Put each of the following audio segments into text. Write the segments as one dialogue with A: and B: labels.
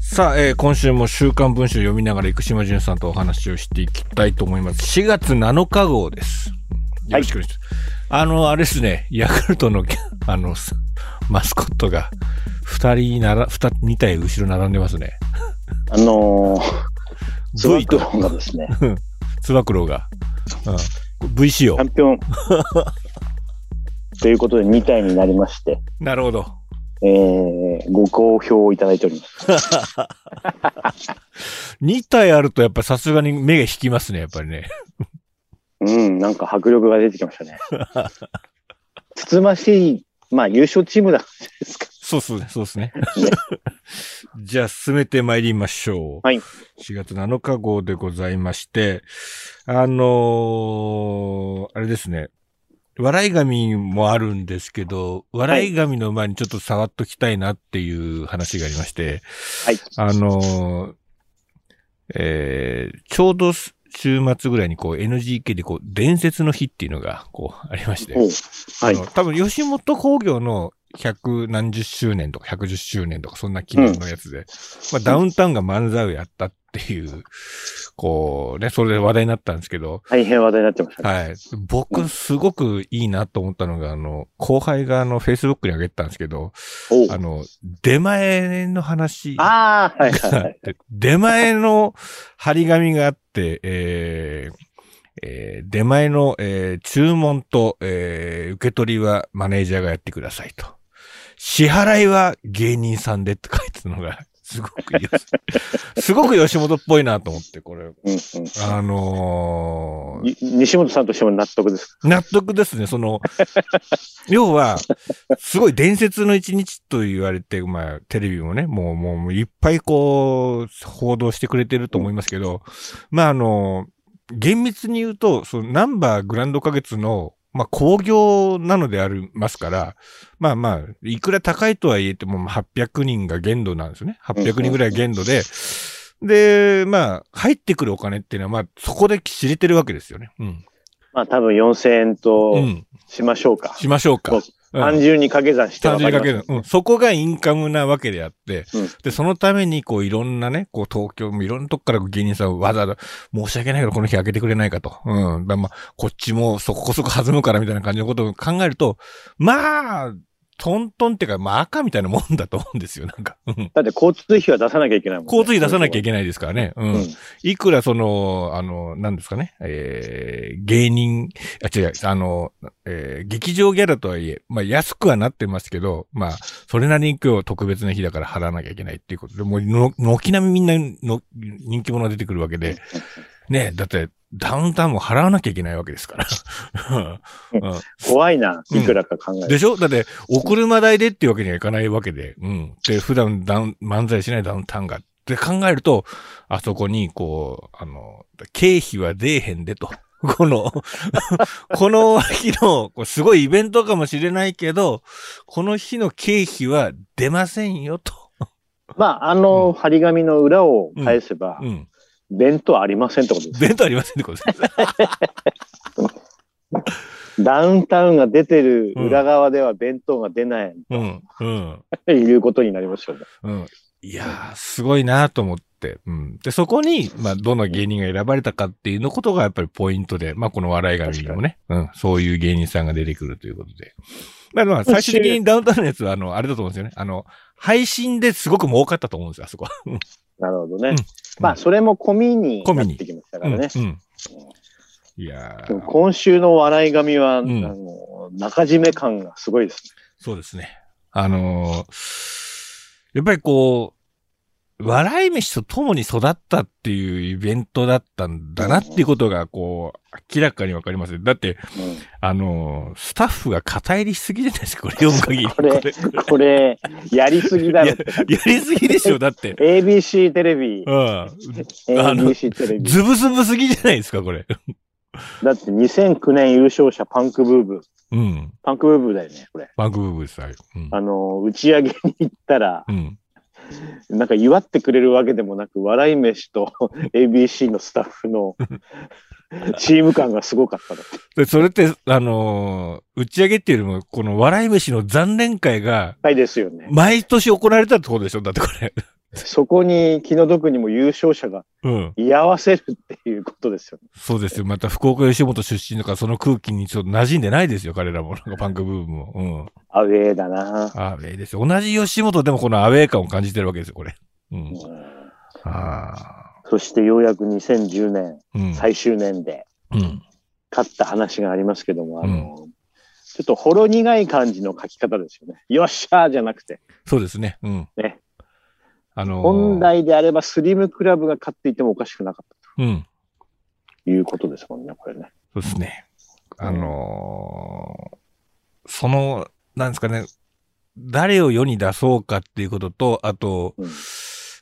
A: さあ、えー、今週も週刊文春読みながら生島淳さんとお話をしていきたいと思います。4月7日号です。よろしくお願いします。はい、あの、あれですね、ヤクルトの、 あの、マスコットが2人なら、2, 2体後ろ並んでますね。
B: あのー、つば九郎がですね。
A: つば九郎が。うん、V 仕様。
B: チャンピオン。ということで2体になりまして。
A: なるほど。。
B: えー、ご好評いただいております
A: 2体あるとやっぱさすがに目が引きますね、やっぱりね。
B: うん、なんか迫力が出てきまし たね。つつましい、まあ優勝チームだですか。
A: そうそう、そうですね。 じゃあ進めてまいりましょ
B: う。はい。
A: 4月7日号でございまして、あのー、あれですね。笑い紙もあるんですけど、笑い紙の前にちょっと触っときたいなっていう話がありまして、
B: はい。
A: あのー、えー、ちょうど週末ぐらいにこう NGK でこう伝説の日っていうのがこうありまして、
B: はい。
A: 多分吉本興業の百何十周年とか110周年とかそんな記念のやつで、うん、まあダウンタウンが漫才をやったっていう、こうね、それで話題になったんですけど。
B: 大変話題になってました、
A: ね、はい。僕、すごくいいなと思ったのが、あの、後輩があの、Facebook に上げてたんですけど、あの、出前の話
B: ああ、はい、はい はい。
A: 出前の張り紙があって、えー、えー、出前の、えー、注文と、えー、受け取りはマネージャーがやってくださいと。支払いは芸人さんでって書いてるのが、 すごくいいです。すごく吉本っぽいなと思って、これ。うんうん、あの
B: ー、西本さんとしても納得です。
A: 納得ですね。その、要は、すごい伝説の一日と言われて、まあ、テレビもね、もう、もう、いっぱいこう、報道してくれてると思いますけど、まあ、あのー、厳密に言うと、その、ナンバーグランド花月の、まあ、工業なのでありますから、まあまあ、いくら高いとはいえても、800人が限度なんですね。800人ぐらい限度で、で、まあ、入ってくるお金っていうのは、まあ、そこで知れてるわけですよね。うん。
B: まあ、多分4000円と、しましょうか、うん。
A: しましょうか。
B: 単純に掛け算して
A: わかります、ね、単純に掛け算。うん。そこがインカムなわけであって、うん、で、そのために、こう、いろんなね、こう、東京もいろんなとこから芸人さんわざわざ、申し訳ないけど、この日開けてくれないかと。うん。まあ、こっちもそこそこ弾むからみたいな感じのことを考えると、まあ、トントンっていうか、まあ赤みたいなもんだと思うんですよ、なんか。
B: だって交通費は出さなきゃいけないもん、ね、
A: 交通費出さなきゃいけないですからね。うん。うん、いくらその、あの、なんですかね、えー、芸人、あ、違う、あの、えー、劇場ギャラとはいえ、まあ安くはなってますけど、まあ、それなりに今日特別な日だから払わなきゃいけないっていうことで、もうの、軒並みみんなの人気者が出てくるわけで、ね、だって、ダウンタウンも払わなきゃいけないわけですから。
B: うん、怖いな、いくらか考え、
A: うん、でしょだって、お車代でっていうわけにはいかないわけで、うん。で、普段ダウン、漫才しないダウンタウンが。って考えると、あそこに、こう、あの、経費は出えへんでと。 このこの日の、すごいイベントかもしれないけど、この日の経費は出ませんよと。
B: まあ、あの、張り紙の裏を返せば、うん、うん弁当ありませんってことです。。
A: 弁当ありませんってことです
B: ダウンタウンが出てる裏側では弁当が出ない、うん、うん、うん、いうことになりましょうね。
A: うん、いやー、すごいなと思って、うん。で、そこに、まあ、どの芸人が選ばれたかっていうのことがやっぱりポイントで、まあ、この笑い神にもね、うん、そういう芸人さんが出てくるということで。まあ、まあ、最終的にダウンタウンのやつは、あの、あれだと思うんですよね。あの、配信ですごく儲かったと思うんですよ、あそこは。
B: なるほどね。うん、まあ、それも込みになってきましたからね。
A: うんうん、いや
B: 今週の笑い髪は、あの、中締め感がすごいですね。
A: そうですね。あのー、やっぱりこう、笑い飯と共に育ったっていうイベントだったんだなっていうことが、こう、明らかにわかります。だって、あのー、スタッフが肩入りしすぎじゃないですか、これ読む限り。
B: これ、これ、これやりすぎだろ。
A: ややりすぎでしょ、だって。
B: ABC テレビ。
A: うん。
B: ABC テレビ。
A: ズブズブすぎじゃないですか、これ。
B: だって2009年優勝者パンクブーブ
A: ー。うん。
B: パンクブーブーだよね、これ。
A: パンクブーブーです、はい。
B: うん、あの、打ち上げに行ったら、うん。なんか祝ってくれるわけでもなく、笑い飯と ABC のスタッフのチーム感がすごかった
A: で、それって、あのー、打ち上げっていうよりも、この笑い飯の残念会が、
B: はいですよね。
A: 毎年行われたってことでしょだってこれ。
B: そこに気の毒にも優勝者が
A: うん。
B: 居合わせるっていうことですよね。
A: そうですよ。また福岡吉本出身だから、その空気にちょっと馴染んでないですよ、彼らも。なんかパンクブームも。うん。
B: アウェーだな。
A: アウェイですよ。同じ吉本でもこのアウェイ感を感じてるわけですよ、これ。うん。
B: うん
A: ああ。
B: そしてようやく2010年
A: うん。
B: 最終年で
A: うん。
B: 勝った話がありますけども、あの、ちょっとほろ苦い感じの書き方ですよね。よっしゃーじゃなくて。
A: そうですね。うん。
B: ね。
A: あのー
B: 本来であればスリムクラブが勝っていてもおかしくなかっ
A: うん。
B: たということですもんね、これね。
A: そうですね。
B: うん
A: あのーその、なんですかね、誰を世に出そうかっていうことと、あと、
B: うん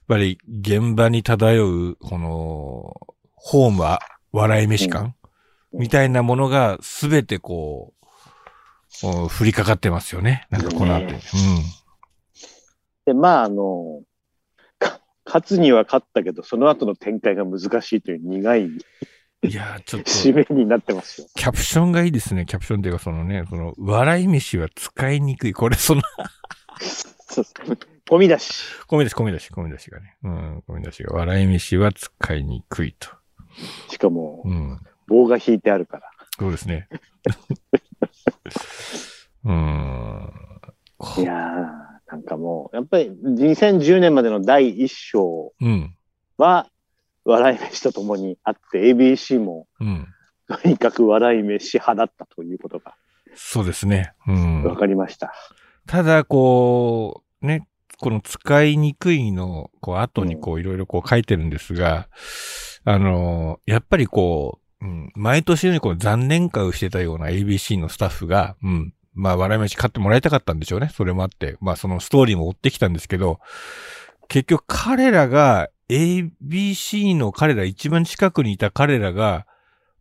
A: やっぱり現場に漂う、この、ホームは笑い飯感、
B: うん
A: みたいなものがすべてこう、お降りかかってますよね。なんかこの後。
B: ねで、まあ、あの、か勝つには勝ったけど、その後の展開が難しいという苦い
A: うん。いやー、ちょっと、
B: 締めになってますよ。
A: キャプションがいいですね。キャプションっていうか、そのね、その、笑い飯は使いにくい。これ、その
B: そうそう ゴミだし。
A: 込み出し、込み出し、込み出しがね。うん、込み出しが。笑い飯は使いにくいと。
B: しかも、
A: うん。
B: 棒が引いてあるから。
A: そうですね。 うん。
B: いやー、なんかもう、やっぱり2010年までの第一章
A: うん。
B: は、笑い飯とともにあって、ABC も
A: うん。
B: とにかく笑い飯派だったということが
A: そうですね。うん
B: 分。かりました。
A: ただ、こう、ね、この使いにくいの、こう、後にこう、いろいろこう書いてるんですが、あのーやっぱりこう、うん、毎年のようにこう、残念会をしてたような ABC のスタッフが、うん、まあ、笑い飯買ってもらいたかったんでしょうね。それもあって、まあ、そのストーリーも追ってきたんですけど、結局彼らが、ABC の彼ら、一番近くにいた彼らが、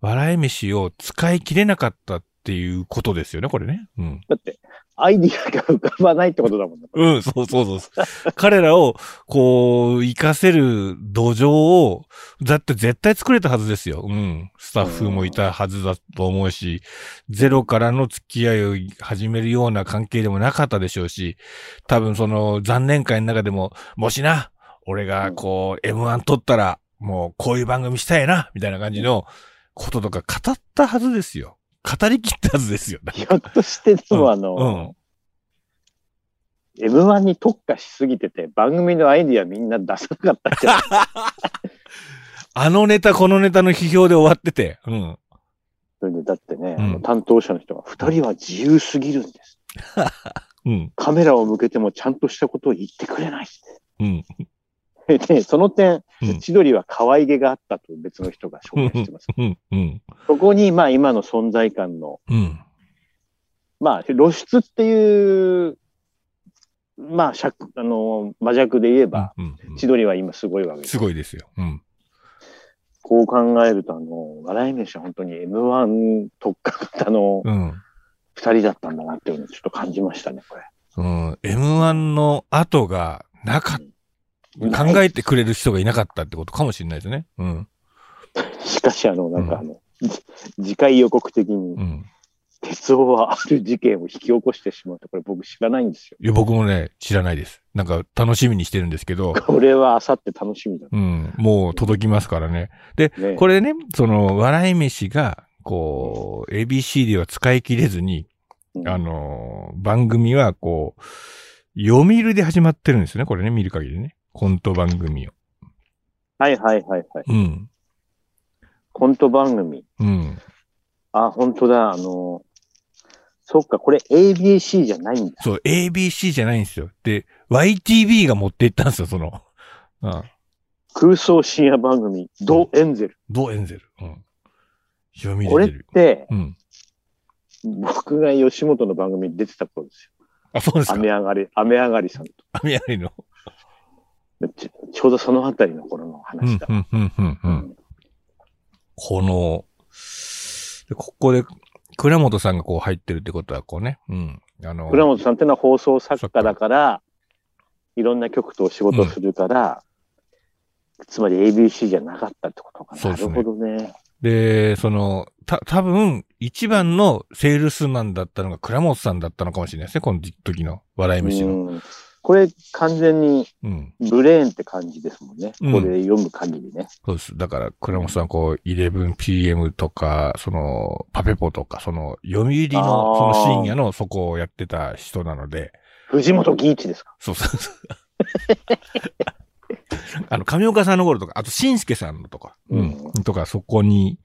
A: 笑い飯を使い切れなかったっていうことですよね、これね。うん。
B: だって、アイディアが浮かばないってことだもんね。
A: うん、そうそうそう そう。彼らを、こう、活かせる土壌を、だって絶対作れたはずですよ。うん。スタッフもいたはずだと思うし、ゼロからの付き合いを始めるような関係でもなかったでしょうし、多分その残念会の中でも、もしな、俺がこう、M1 撮ったら、もうこういう番組したいな、みたいな感じのこととか語ったはずですよ。語りきったはずですよ。
B: ひょっとして、でもあ
A: う
B: の、
A: ん。
B: M1 に特化しすぎてて、番組のアイディアみんな出さなかったん じゃない
A: あのネタ、このネタの批評で終わってて。うん。
B: それでだってね、
A: うん
B: あの担当者の人が、二人は自由すぎるんです。
A: うん。
B: カメラを向けてもちゃんとしたことを言ってくれない。
A: うん。
B: で、その点
A: うん、
B: 千鳥は可愛げがあったと別の人が紹介してます。
A: うん。うん。
B: そこに、まあ今の存在感の、
A: うん。
B: まあ露出っていう、まあ尺、あの、魔弱で言えば、
A: うん。
B: 千鳥は今すごいわけです
A: す。ごいですよ。うん。
B: こう考えると、あの、笑い飯は本当に M1 特化型の
A: うん。
B: 二人だったんだなっていうのをちょっと感じましたね、これ。
A: うん。M1 の後がなかった。考えてくれる人がいなかったってことかもしれないですね。うん。
B: しかし、あの、なんかあの、じ次回予告的
A: う
B: に、
A: ん。
B: 鉄夫はある事件を引き起こしてしまうと、これ僕知らないんですよ。
A: いや、僕もね、知らないです。なんか楽しみにしてるんですけど、
B: これはあさって楽しみだ
A: うん。もう届きますからね。
B: ね。
A: これね、その、笑い飯が、こう、ABC では使い切れずに、
B: うん
A: あのー番組はこう、読みるで始まってるんですよね、これね、見る限りね。コント番組を。
B: はいはいはいはい。
A: うん。
B: コント番組。
A: うん。
B: あ、本当だ、あの、そっか、これ ABC じゃないんだ。
A: そう、ABC じゃないんですよ。で、YTV が持っていったんですよ、その。うん。
B: 空想深夜番組、ド・エンゼル。
A: ドエンゼル。うん。読み
B: こ
A: 出
B: れって
A: る。
B: て、
A: うん。
B: 僕が吉本の番組に出てた頃です
A: あ、そうです
B: よ。
A: か。
B: 雨上がり、雨上がりさんと。
A: 雨上がりの。
B: ちちょうどそのあたりの頃の
A: う
B: 話
A: ん
B: だ、。
A: うん、うん、うん、うん。この、でここで、倉本さんがこう入ってるってことは、こうね、うん。あの、
B: 倉本さんってのは放送作家だから、いろんな局とお仕事をするから、つまり ABC じゃなかったってことかな。
A: そうですね
B: なるほどね。
A: で、その、た、多分、一番のセールスマンだったのが倉本さんだったのかもしれないですね、この時の笑い飯の。
B: うんこれ完全に
A: うん。
B: ブレーンって感じですもんね。
A: うん
B: これ読む限りね。
A: そうです。だから、倉本さん、こう、11pm とか、その、パペポとか、その、読売の、そ
B: あー
A: の深夜のそこをやってた人なので、
B: 藤本義一ですか
A: そう そうそう。あの、上岡さんの頃とか、あと、新助さんのとか、うん、とか、そこに、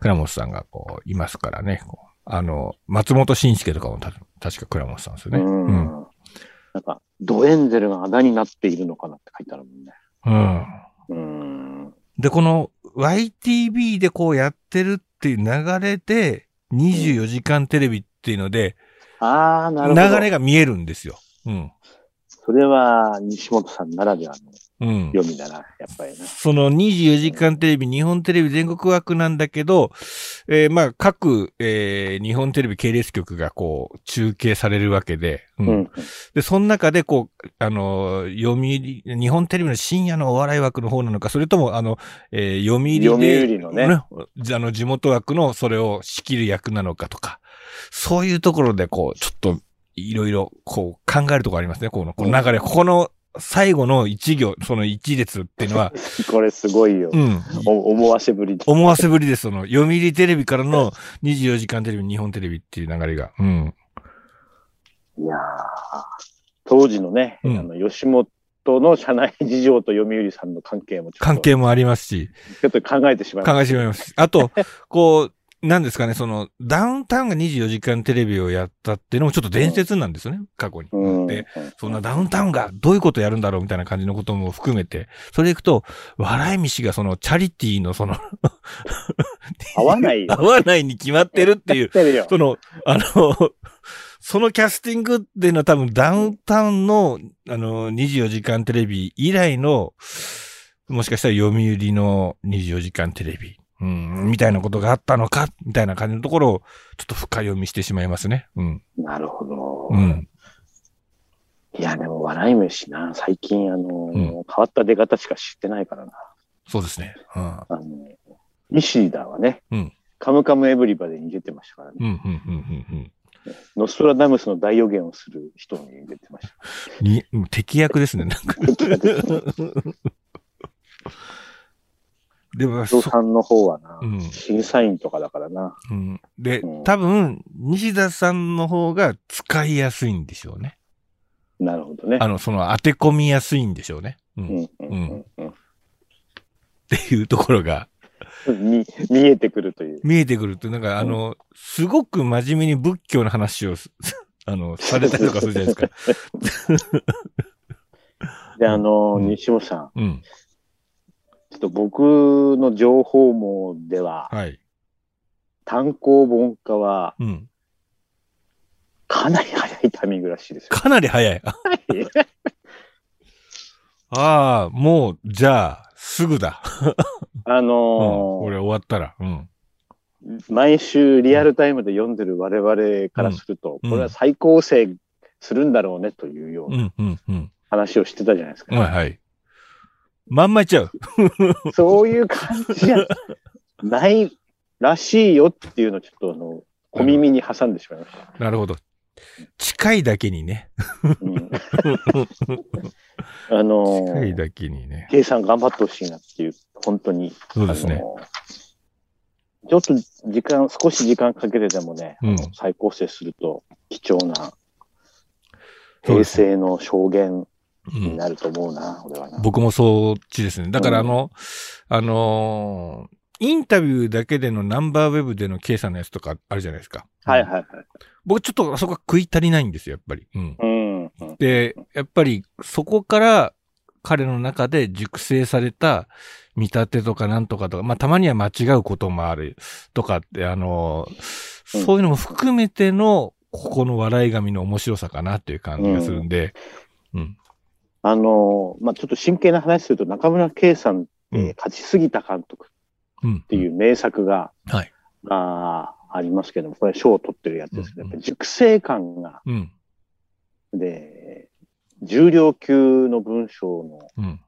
A: 倉本さんが、こう、いますからね。こうあの、松本新助とかもた、確か倉本さんですよね。
B: うん
A: うん。
B: なんか、ドエンゼルが穴になっているのかなって書いてあるもんね。
A: うん。
B: うん。
A: で、この YTV でこうやってるっていう流れで、24時間テレビっていうので、
B: ああ、なる
A: 流
B: ほど。
A: れが見えるんですよ。うん。
B: それは、西本さんならではの
A: うん。
B: 読みだな、やっぱりな。
A: その24時間テレビ、日本テレビ全国枠なんだけど、えーまあ、各、えー日本テレビ系列局がこう、中継されるわけで、う
B: うん。
A: で、その中で、こう、あの、読売、日本テレビの深夜のお笑い枠の方なのか、それとも、あの、えー読売で、
B: 読売のね
A: あの、地元枠のそれを仕切る役なのかとか、そういうところで、こう、ちょっと、いろいろ、こう、考えるところありますね、この、この流れ。ここの最後の一行、その一列っていうの は、
B: これすごいよ。
A: うん。
B: お思わせぶりで。
A: 思わせぶりです、その、読売テレビからの24時間テレビ、日本テレビっていう流れが。うん。
B: いやー当時のね、
A: うん
B: あの吉本の社内事情と読売さんの関係もちょっと
A: 関係もありますし、
B: ちょっと考えてしまいま
A: 考えてしまいます。あと、こう、なんですかね、その、ダウンタウンが24時間テレビをやったっていうのもちょっと伝説なんですよね、過去に。
B: うん
A: で、そんなダウンタウンがどういうことやるんだろうみたいな感じのことも含めて、それでいくと、笑い飯がその、チャリティーのその、
B: 合わないよ。
A: 合わないに決まってるっていう、
B: 合ってるよ。
A: その、あの、 そのキャスティングっていうのは多分ダウンタウンの、あの、24時間テレビ以来の、もしかしたら読売の24時間テレビ、うん、みたいなことがあったのか、みたいな感じのところを、ちょっと深読みしてしまいますね。うん。
B: なるほど。
A: うん。
B: いや、でも笑い飯な。最近、あのー、
A: ん
B: 変わった出方しか知ってないからな。
A: そうですね。うん。
B: あのー、西田はね、
A: うん
B: カムカムエブリバディに出てましたからね。
A: うん、うん、うん、うん、
B: ノストラダムスの大予言をする人に出てました。
A: うん。に、敵役ですね、なんか。 でも、
B: 伊
A: そ
B: 藤さんの方はな、
A: うん
B: 審査員とかだからな。
A: うん。で
B: う、ん
A: 多分、西田さんの方が使いやすいんでしょうね。
B: なるほどね。
A: あの、その当て込みやすいんでしょうね。うん。っ
B: うんうんうん
A: ていうところが
B: うんみ見えてくるという。
A: 見えてくると、なんかあの、すごく真面目に仏教の話をす、 あの、されたりとかするじゃない ですか。
B: で、あの、
A: うん
B: 西本さん、
A: うん。
B: ちょっと僕の情報網では、
A: はい。
B: 単行本化は
A: うん。
B: かなり早いタイミングらしいですよ。
A: かなり早い。あ
B: い
A: あ、もう、じゃあ、すぐだ。
B: あ
A: うん。
B: のー
A: 俺終わったら。うん。
B: 毎週リアルタイムで読んでる我々からすると、
A: うん
B: これは最高生するんだろうねというよう
A: う、
B: なん
A: うん、うん。
B: 話をしてたじゃないですか。
A: はい、はい。まんまいっちゃう。
B: そういう感じじゃないらしいよっていうのをちょっとあの、小耳に挟んでしまいました。
A: なるほど。近いだけにね。
B: うん、あの
A: 近い
B: ー、
A: だけにね。
B: ケイさん頑張ってほしいなっていう、本当に。
A: そうです
B: あ
A: ね。
B: のーちょっと時間、少し時間かけてでもね、
A: うん
B: あの再構成すると貴重な
A: そう
B: 平
A: です
B: 成の証言
A: う
B: に
A: ん。
B: なると思うな、俺はな。
A: 僕もそっちですね。だから
B: う
A: あ
B: ん
A: の、あのーインタビューだけでのナンバーウェブでの K さんのやつとかあるじゃないですか。
B: はいはいはい。
A: 僕ちょっとあそこが食い足りないんですよ、やっぱり。うん。
B: うん。うん
A: で、やっぱりそこから彼の中で熟成された見立てとかなんとかとか、まあたまには間違うこともあるとかって、あのー
B: うん
A: そういうのも含めての、ここの笑い神の面白さかなっていう感じがするんで、うん。
B: あのーまあ、ちょっと真剣な話すると、中村圭さんっ
A: うん
B: て勝ちすぎた監督
A: うん。
B: っていう名作が、
A: はい
B: あーありますけども、これ賞を取ってるやつですけ
A: う
B: ど、
A: んう
B: や
A: ん
B: っぱり熟成感が、
A: うん。
B: で、重量級の文章の
A: うん。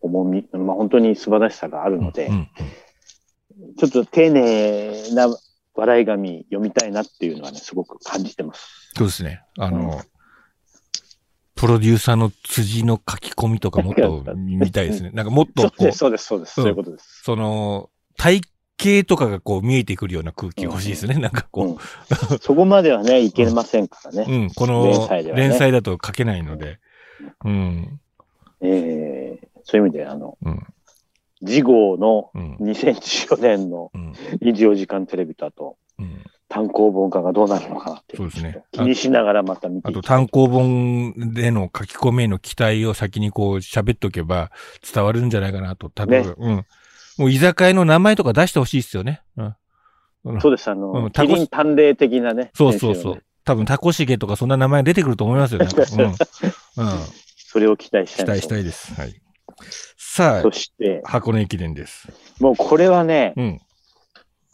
B: 重み、まあ、本当に素晴らしさがある
A: うん。
B: ので、
A: うん
B: ちょっと丁寧な笑い紙読みたいなっていうのはね、すごく感じてます。
A: そうですね。あの、プロデューサーの辻の書き込みとかもっと見たい ですね。なんかもっ
B: そ
A: と
B: う
A: こ
B: で
A: う、
B: す、そうです、そうです。
A: うん
B: そういうことです。
A: その、体型とかがこう見えてくるような空気欲しいですね。なんかこう、
B: うんそこまではね、いけませんからね。
A: うん、この
B: 連載ではね
A: 連載だと書けないので。うん、
B: えーそういう意味で、あの、
A: うん
B: 次号の
A: うん、
B: 2014年の
A: うん、
B: 24時間テレビとあと、
A: うん。
B: 単行本化がどうなるのかなってい
A: そうですね
B: ちょっと気にしながらまた見て
A: あ
B: い
A: と
B: きたい
A: 単行本での書き込みへの期待を先にこう喋っとけば伝わるんじゃないかなと。多分、
B: ね
A: うん。もう居酒屋の名前とか出してほしいですよね。うん。うん
B: そうです、あ
A: うん
B: の、
A: タ
B: キ
A: コ
B: リン探偵的なね。
A: そうそうそ
B: 編集のね
A: う。多分、タコシゲとかそんな名前出てくると思いますよ。なんかうん。うん。
B: それを期待した
A: 期
B: いなと
A: 待したいです。はい。さあ
B: そ、して、
A: 箱根駅伝です。
B: もうこれはね、
A: うん。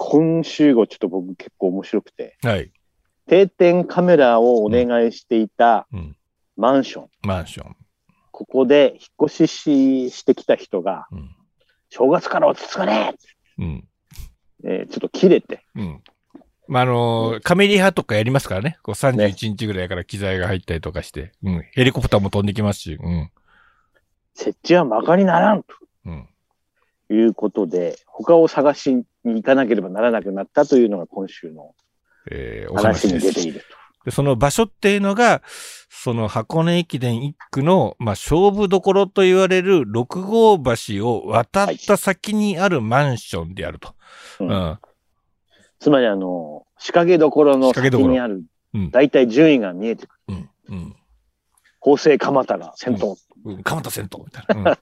B: 今週号ちょっと僕結構面白くて、
A: はい。
B: 定点カメラをお願いしていた
A: うん。
B: マンション。
A: マンション。
B: ここで引っ越しししてきた人が、
A: うん。
B: 正月から落ち着かね
A: うん。
B: ええーちょっと切れて、
A: うん。まあ、あのーカメリ派とかやりますからね。こう31日ぐらいから機材が入ったりとかして。うん。ヘリコプターも飛んできますし。うん。
B: 設置は馬鹿にならん
A: うん。
B: ということで、他を探しに行かなければならなくなったというのが今週の
A: えーお話
B: 話
A: で
B: に出て
A: す。
B: いる
A: で、その場所っていうのが、その箱根駅伝一区の、まあ、勝負どころと言われる六号橋を渡った先にあるマンションであると。
B: と。うん
A: うん。
B: つまり、あの、仕掛けどころの
A: 仕掛け
B: 先
A: どころ
B: にある
A: うん、
B: 大体順位が見えてくる。
A: うん。うん。
B: 法政蒲田が先頭。
A: うん、鎌田先頭みたいな。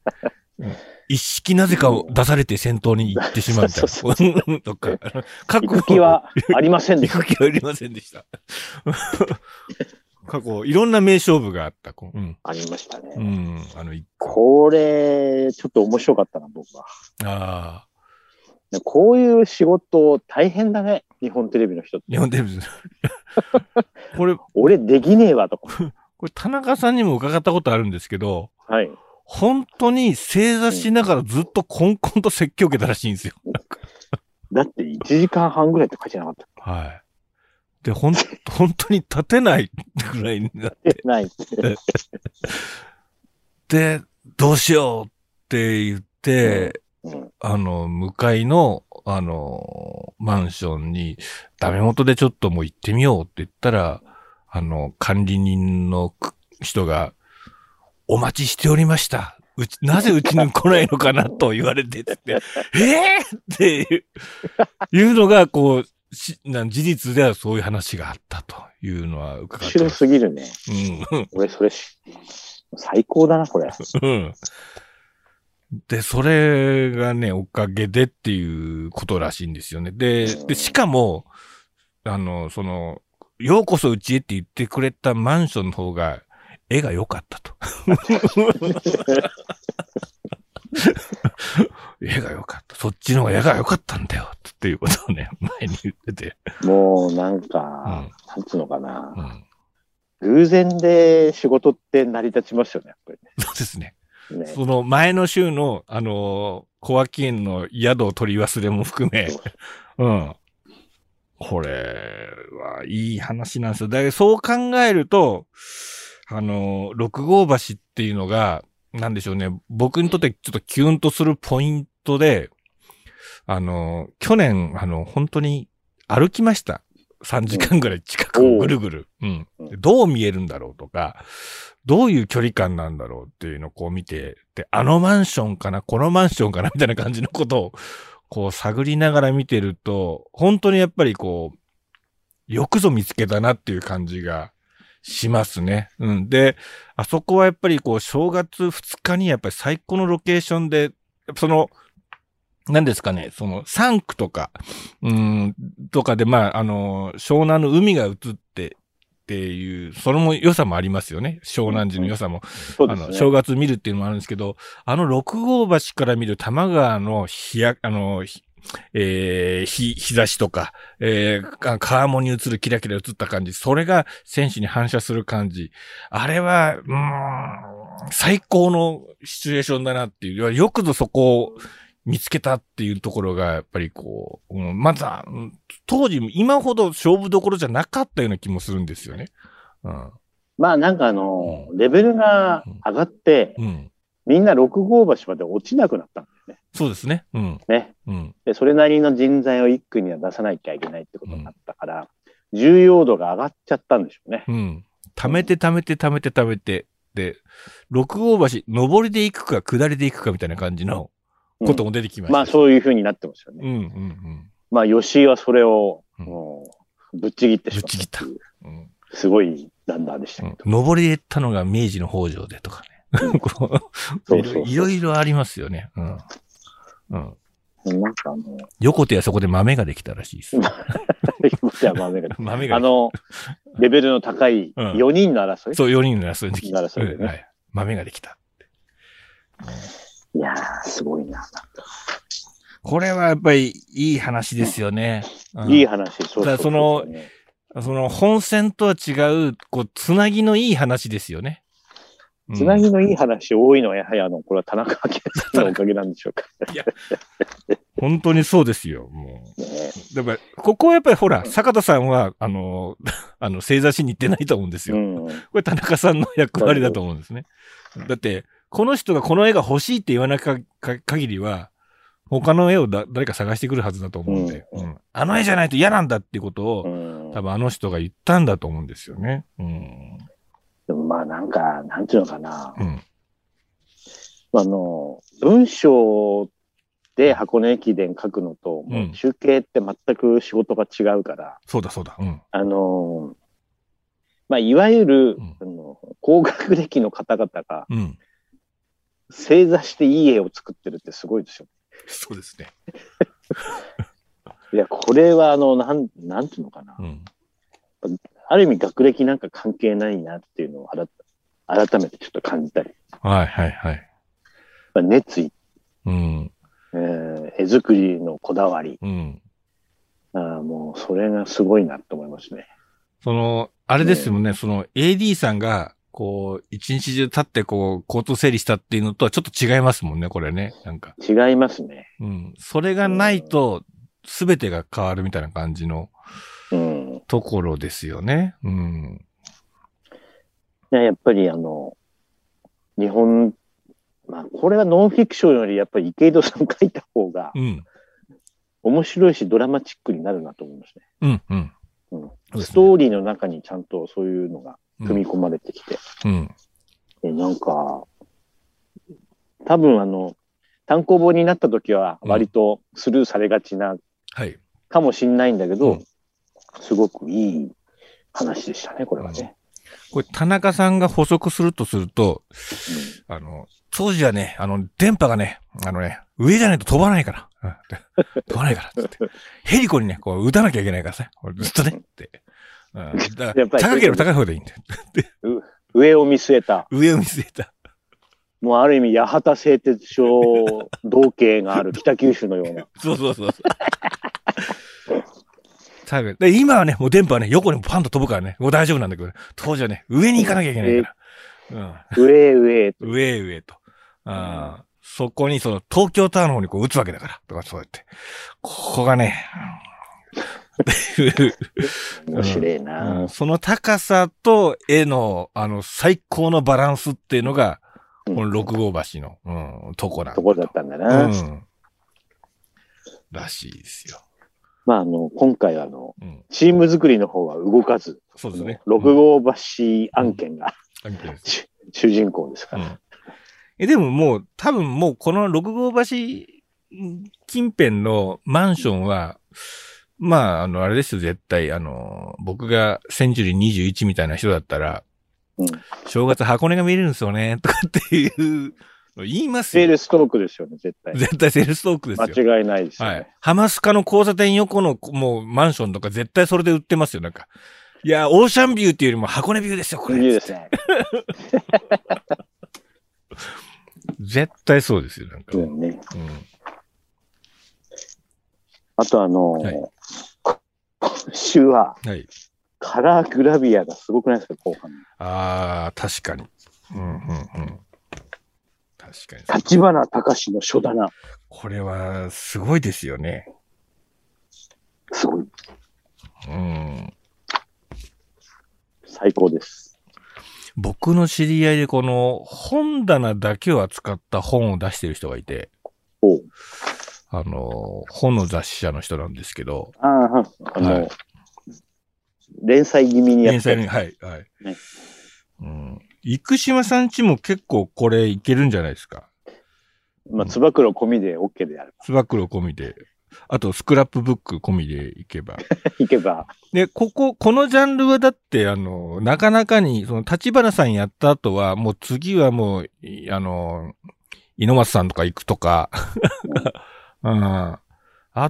A: うんうん一式なぜかを出されて先頭に行ってしまうみたい
B: そう
A: な。 うんとか、過
B: 行く気はありませんで
A: 行
B: した。
A: く気はありませんでした。 過去、いろんな名勝負があった。こううん。
B: ありました
A: う
B: ね。
A: ん。あの、い
B: これ、ちょっと面白かったな、僕は。
A: ああ、
B: でこういう仕事大変だね、日本テレビの人って。
A: 日本テレビ です。これ、こ
B: 俺できねえわとか。
A: れ田中さんにも伺ったことあるんですけど、
B: はい。
A: 本当に正座しながらずっとコンコンと説教を受けたらしいんですよ。
B: だって1時間半ぐらいって書いてなかった。
A: はい。で、ほん、 本当に立てないぐらいになって。
B: ない。
A: で、どうしようって言って、
B: うん、
A: あの、向かいの、あの、マンションに、ダメ元でちょっともう行ってみようって言ったら、あの、管理人のく人が、お待ちしておりました。うち、なぜうちに来ないのかなと言われて って、えー、っていう、いうのが、こう、しなん事実ではそういう話があったというのは伺
B: 面
A: って
B: 白
A: ます。
B: すぎるね。
A: うん。
B: 俺、それし、最高だな、こ れ。
A: うん。で、それがね、おかげでっていうことらしいんですよね。で、で、しかも、あの、その、ようこそうちへって言ってくれたマンションの方が、絵が良かったと。 絵が良かった。そっちの方が絵が良かったんだよ。っていうことをね、 前に言ってて。
B: もう、なん
A: う
B: か
A: ん、
B: なんつうのかな
A: う。ん。
B: 偶然で仕事って成り立ちますよね、やっぱ
A: そうですね。
B: りね。ね
A: その前の週の、あのー小脇園の宿を取り忘れも含め、うん。これは、いい話なんですよ。だけど、そう考えると、あのー六号橋っていうのが、なんでしょうね。僕にとってちょっとキュンとするポイントで、あのー去年、あの、本当に歩きました。3時間ぐらい近くをぐるぐる。うん。どう見えるんだろうとか、どういう距離感なんだろうっていうのをこう見て、で、あのマンションかな、このマンションかな、みたいな感じのことを、こう探りながら見てると、本当にやっぱりこう、よくぞ見つけたなっていう感じがしますね。うん。で、あそこはやっぱりこう、正月2日にやっぱり最高のロケーションで、やっぱその、何ですかね、その、3区とか、うん、とかで、まあ、あの、湘南の海が映って、っていう、それも良さもありますよね。湘南寺の良さも。
B: そうで
A: あ
B: す
A: の、
B: ね。
A: 正月見るっていうのもあるんですけど、あの六号橋から見る多摩川の日や、あの、ひえー、日、日差しとか、えーか、川面に映るキラキラ映った感じ、それが選手に反射する感じ。あれは、うーん、最高のシチュエーションだなっていう。いやよくぞそこを見つけたっていうところが、やっぱりこう、うん、まずは、うん当時、今ほど勝負どころじゃなかったような気もするんですよね。うん。
B: まあなんかあの、レベルが上がって、
A: うん。
B: みんな六号橋まで落ちなくなったんだよ
A: そうですね。うん。
B: ね。ね。
A: うん。
B: で、それなりの人材を一区には出さなきゃいけないってことになったから、重要度が上がっちゃったんでしょうね。
A: うん。貯めて貯めて貯めて貯めて。で、六号橋、上りで行くか下りで行くかみたいな感じのことも出てきました。
B: まあそういうふうになってますよ
A: う
B: ね。
A: んうん
B: まあ吉井はそれを、
A: うん
B: もうぶっちぎってしまったっていう。
A: うん。うん
B: すごいランダーでした
A: う
B: け
A: ん
B: ど。
A: 上りで行ったのが明治の北条でとかね。 こう
B: そうそうそう
A: いろいろありますよね。うん。うん。
B: なんかあの、
A: 横手はそこで豆ができたらしいです。
B: じゃあ豆が
A: 豆が
B: あ
A: でき
B: の、レベルの高い
A: うん
B: 4人の争
A: た。
B: い、
A: そう、4人の争いの時。
B: ならそうだよね
A: んはい。豆ができた。
B: いやー、すごいな。
A: これはやっぱりいい話ですよね。うん
B: いい話、そう
A: だからその
B: うね
A: その本戦とは違う、こう、つなぎのいい話ですよね。うん
B: つなぎのいい話多いのは、やはりあの、これは田中明さんのおかげなんでしょうか。
A: 本当にそう ですよ、もう。
B: ねえ
A: やっぱりここはやっぱりほら、坂田さんは、あの、 あの、正座しに行ってないと思うんですよ。
B: うん。
A: これ田中さんの役割だと思うんですね。だって、この人がこの絵が欲しいって言わなかか限りは、他の絵をだ誰か探してくるはずだと思うんで、
B: うん
A: うんあの絵じゃないと嫌なんだっていうこと
B: う
A: を、
B: ん
A: 多分あの人が言ったんだと思うんですよね。うん。
B: でもまあなんか、なんていうのかな。
A: うん。
B: あの、文章で箱根駅伝書くのと、
A: ん
B: もう中継って全く仕事が違うから、
A: そうだそうだ。うん。
B: あの、まあいわゆる、
A: うん
B: あの高学歴の方々が
A: うん。
B: 正座していい絵を作ってるってすごいですよ。
A: そうですね。
B: いや、これはあの、なん、なんていうのかな。
A: うん。
B: ある意味学歴なんか関係ないなっていうのを改改めてちょっと感じたり、
A: はいはいはい。
B: まあ熱意、
A: うん。
B: えー絵作りのこだわり、
A: うん。
B: あーもうそれがすごいなと思いますね。
A: その、あれですもんね、その AD さんが、こう、一日中立って、こう、交通整理したっていうのとはちょっと違いますもんね、これね。なんか。
B: 違いますね。
A: うん。それがないと、すべてが変わるみたいな感じの
B: うん。い
A: ところですよね。うん。
B: ややっぱりあの、日本、まあこれはノンフィクションよりやっぱり池井戸さん書いた方が
A: うん。
B: 面白いしドラマチックになるなと思いますね。
A: うん。うん。
B: うん
A: そうです
B: ス
A: ね
B: トーリーの中にちゃんとそういうのが組み込まれてきて、
A: うん。
B: えなんか、多分あの、単行本になった時は割とスルーされがちな
A: はい。
B: かもしんないんだけ
A: う
B: ど、
A: ん
B: すごくいい話でしたね、これはね。
A: これ、田中さんが補足するとすると、あの、当時はね、あの、電波がね、あのね、上じゃないと飛ばない から。うん飛ばないから、つって。ヘリコにね、こう、打たなきゃいけないからさ。俺ずっとね、って。うん、だか
B: や
A: ら
B: っぱり
A: 高ければ高い方でいいんだよ。
B: 上を見据えた、
A: 上を見据えた。
B: もうある意味八幡製鉄所同系が ある北九州のような。
A: そうそうそうそう。 多分で今はね、もう電波はね、横にパンと飛ぶからね、もう大丈夫なんだけど、当時はね、上に行かなきゃいけないから。
B: 上へ上へ。
A: うん。上へ上へと。あーそこに、その、東京タワーの方にこう打つわけだから、とかそうやって。ここがね、
B: 面白い
A: うん
B: な、
A: その高さと絵の、あの、最高のバランスっていうのが、
B: うん
A: この六号橋の、うん、とこなんだ
B: ところだったんだな。
A: うん。らしいですよ。
B: まああの、今回はあの、
A: うん。
B: チーム作りの方は動かず、
A: そうですね。
B: 六号橋案件が、
A: うん。関係ないです
B: 主主人公ですか
A: う
B: ら。
A: んえ、でももう、多分もう、この六号橋近辺のマンションは、まあ、あの、あれですよ、絶対、あの、僕がセンチュリー21みたいな人だったら、
B: うん
A: 正月箱根が見れるんですよね、 とかっていうの言います
B: セー
A: よ。
B: ルストークですよね、絶対。
A: 絶対セールストークですよ。
B: 間違いないですよ
A: は
B: ね。
A: い。ハマスカの交差点横の、こもう、マンションとか絶対それで売ってますよ、なんか。いや、オーシャンビューっていうよりも箱根ビューですよ、こ
B: い、
A: れ。
B: いですね。
A: 絶対そうですよ、なんか。
B: う
A: うん。
B: んね。あとあのー
A: はい
B: こ今週は
A: はい。
B: カラーグラビアがすごくないですか、後半。
A: ああ、確かに。うん、うん、うん。確かに。
B: 立花隆の書棚。
A: これは、すごいですよね。
B: すごい。
A: うん。
B: 最高です。
A: 僕の知り合いでこの本棚だけを扱った本を出してる人がいて、
B: おう
A: あの、本の雑誌社の人なんですけど、
B: ああ、はいあの、
A: はい
B: 連載気味にや
A: 連
B: って
A: 載
B: る
A: に、はい、はい
B: ね。
A: うん。生島さんちも結構これいけるんじゃないですか。
B: まあ、つば九郎込みで OK でやる。
A: つば九郎込みで。あと、スクラップブック込みでいけば。
B: いけば、
A: で、ここ、このジャンルはだって、あの、なかなかに、その、立花さんやった後は、もう次はもう、いあの、猪松さんとか行くとか、 うん。あ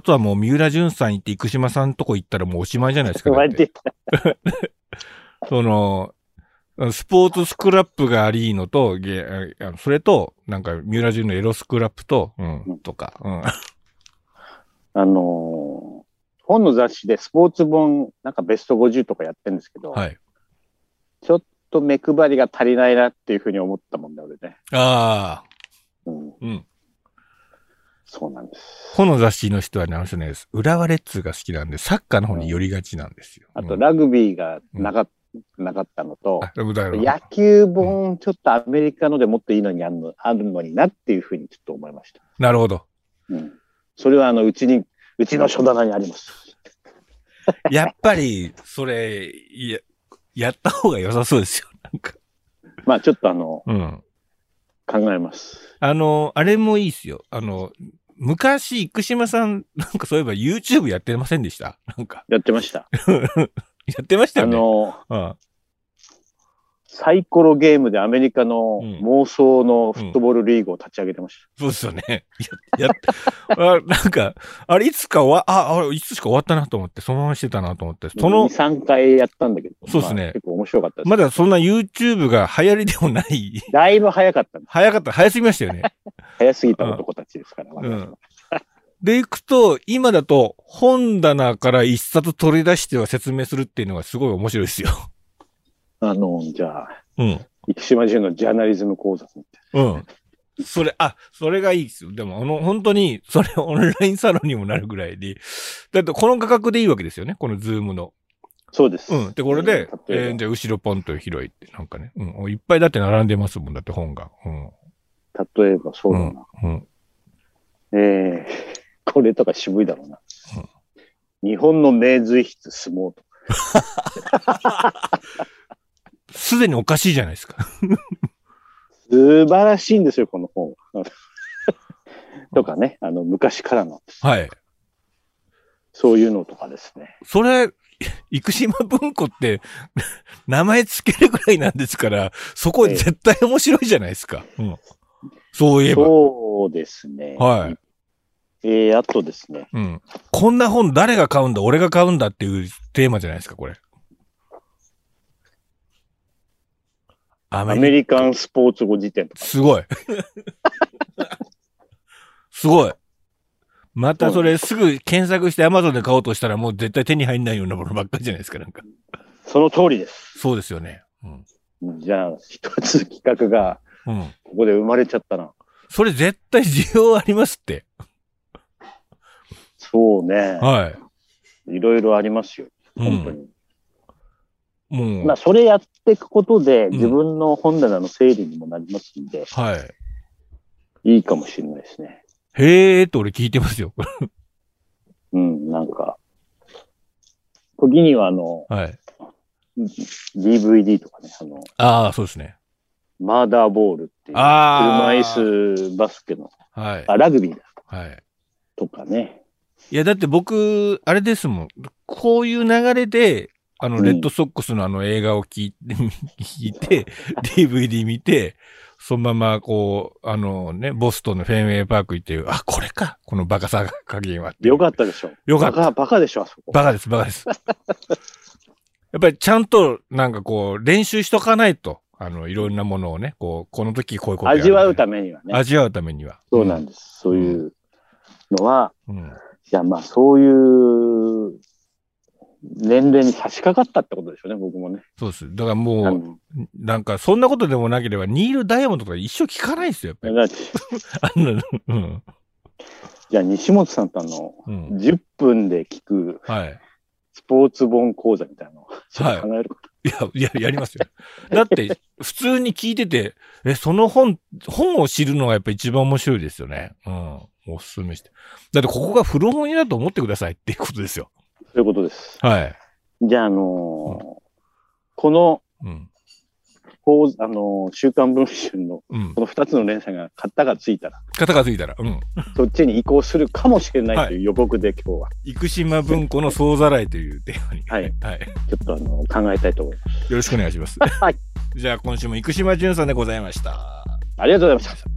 A: とはもう、三浦淳さん行って、生島さんとこ行ったらもうおしまいじゃないですか。だっ
B: 割
A: て
B: って
A: その、スポーツスクラップがありのと、げあそれと、なんか、三浦淳のエロスクラップと、うん、
B: うん
A: とか、うん。
B: あのー本の雑誌でスポーツ本、なんかベスト50とかやってるんですけど、
A: はい。
B: ちょっと目配りが足りないなっていうふうに思ったもんだ、俺ね。
A: ああ、
B: うん。
A: うん。
B: そうなんです。
A: この雑誌の人はね、あの人ね、浦和レッズが好きなんで、サッカーの方に寄りがちなんですよ。
B: あと、
A: うん、あ
B: ラグビーがなか,、なかったのと、
A: でもだから
B: 野球本、ちょっとアメリカのでもっといいのにあるのあるのになっていうふうにちょっと思いました。
A: なるほど。
B: うん。それは、あの、うちに、うちの書棚にあります。
A: やっぱり、それ、や、やった方が良さそうですよ。なんか。
B: まあ、ちょっとあの、
A: うん。
B: 考えます。
A: あの、あれもいいっすよ。あの、昔、生島さん、なんかそういえば YouTube やってませんでしたなんか。
B: やってました。
A: やってました
B: あ
A: よ ね。
B: の、
A: うん
B: サイコロゲームでアメリカの
A: うん
B: 妄想のフットボールリーグを立ち上げてまし
A: そうですよね。や、やっあなんか、あれいつか終わ、あ、あれいつしか終わったなと思って、そのまましてたなと思って、
B: た。
A: その、
B: 2、3回やったんだけど。
A: そうっすね
B: まあ結構面白かったです。
A: まだそんな YouTube が流行りでもない、
B: だいぶ早かったんです。
A: 早かった、早すぎましたよ ね。
B: 早すぎた男たちですから。
A: ん
B: 私は
A: で、いくと、今だと、本棚から一冊取り出しては説明するっていうのがすごい面白いですよ。
B: あの、じゃあ、
A: うん。
B: 生島淳のジャーナリズム講座みたい
A: うん。それ、あ、それがいいですよ。でも、あの、本当に、それオンラインサロンにもなるぐらいで、だってこの価格でいいわけですよね、このズームの。
B: なそうです。
A: うん。で、これで、
B: 例
A: え
B: え
A: ーじゃあ後ろポンと広いって、なんかね。うん。おいっぱいだって並んでますもん、だって本が。うん。
B: ば、例えばそうだな。
A: うん。
B: えー、これとか渋いだろうな。日本の名随筆相撲と。
A: すでにおかしいじゃないですか。
B: 素晴らしいんですよ、この本は。 とかね、あの、昔からの、
A: はい。
B: そういうのとかですね。
A: それ、生島文庫って、名前つけるぐらいなんですから、そこ
B: ええ
A: 絶対面白いじゃないですか。うん。そういえば。
B: そうですね。
A: はい。
B: えー、あとですね、
A: うん。こんな本誰が買うんだ、俺が買うんだっていうテーマじゃないですか、これ。ア
B: ア
A: メリカ
B: メリカンスポーツ語辞典とか。
A: すごい。すごい。またそれすぐ検索して Amazon で買おうとしたらもう絶対手に入んないようなものばっかりじゃないですか、なんか。
B: その通りです。
A: そうですよね。うん。
B: じゃあ、一つ企画が
A: うん。
B: ここで生まれちゃったな。
A: それ絶対需要ありますって。
B: そうね。
A: はい
B: ろいろありますよ。
A: い。う
B: 本当
A: ん。
B: に。
A: もう。
B: まあ、それやっていくことで、
A: ん
B: 自分の本棚の整理にもなりますんで、
A: はい。
B: いいかもしれないですね。
A: へーって俺聞いてますよ。
B: うん、なんか。時には、あの、
A: はい。
B: DVD とかね、あの、
A: ああ、そうですね。
B: マーダーボールっていう、
A: ああ。
B: 車椅子バスケの、
A: はい。
B: あ、ラグビーだ
A: はい。
B: とかね。
A: いや、だって僕、あれですもん。こういう流れで、あ
B: う
A: の、
B: ん
A: レッドソックスのあの映画を聞いて、 聞いて、DVD 見て、そのまま、こう、あのね、ボストンのフェンウェイパーク行って、あ、これか、このバカさ加減は。。
B: よかったたでしょ。
A: よかっ
B: バ
A: た。
B: カ、バカでしょ、あそこ。
A: バカです、バカです。やっぱりちゃんと、なんかこう、練習しとかないと、あの、いろんなものをね、こう、この時こういうことやる
B: 味わうためにはね。
A: 味わうためには。
B: そうなんです。そういうのは、
A: うん。
B: いや、まあ、そういう年齢に差し掛かったってことでしょうね、僕もね。
A: そうです。だから
B: あ
A: もう、
B: の
A: なんか、そんなことでもなければ、ニール・ダイヤモンドとか一生聞かないですよ、やっぱり。
B: だって
A: あんなの。 うん。
B: じゃあ、西本さんとあの、
A: うん。
B: 10分で聞く
A: はい。
B: スポーツ本講座みたいなのをちょっと考えること。
A: いや、や、やります よ。だって、普通に聞いてて、え、その本、本を知るのがやっぱ一番面白いですよね。うん。おすすめして。だってここが古本屋だと思ってくださいっていうことですよ。
B: そういうことです。
A: はい。
B: じゃあ、あのーうん、この、うん。こう、あのー、週刊文春の、この二つの連載が、型がついたら。
A: 型がついたら、うん。
B: そっちに移行するかもしれないという予告で、今日は。
A: 生島文庫の総ざらいというテーマに、
B: はい。はい。ちょっと、あのー、考えたいと思います。
A: よろしくお願いします。
B: はい。
A: じゃあ、今週も生島淳さんでございました。
B: ありがとうございました。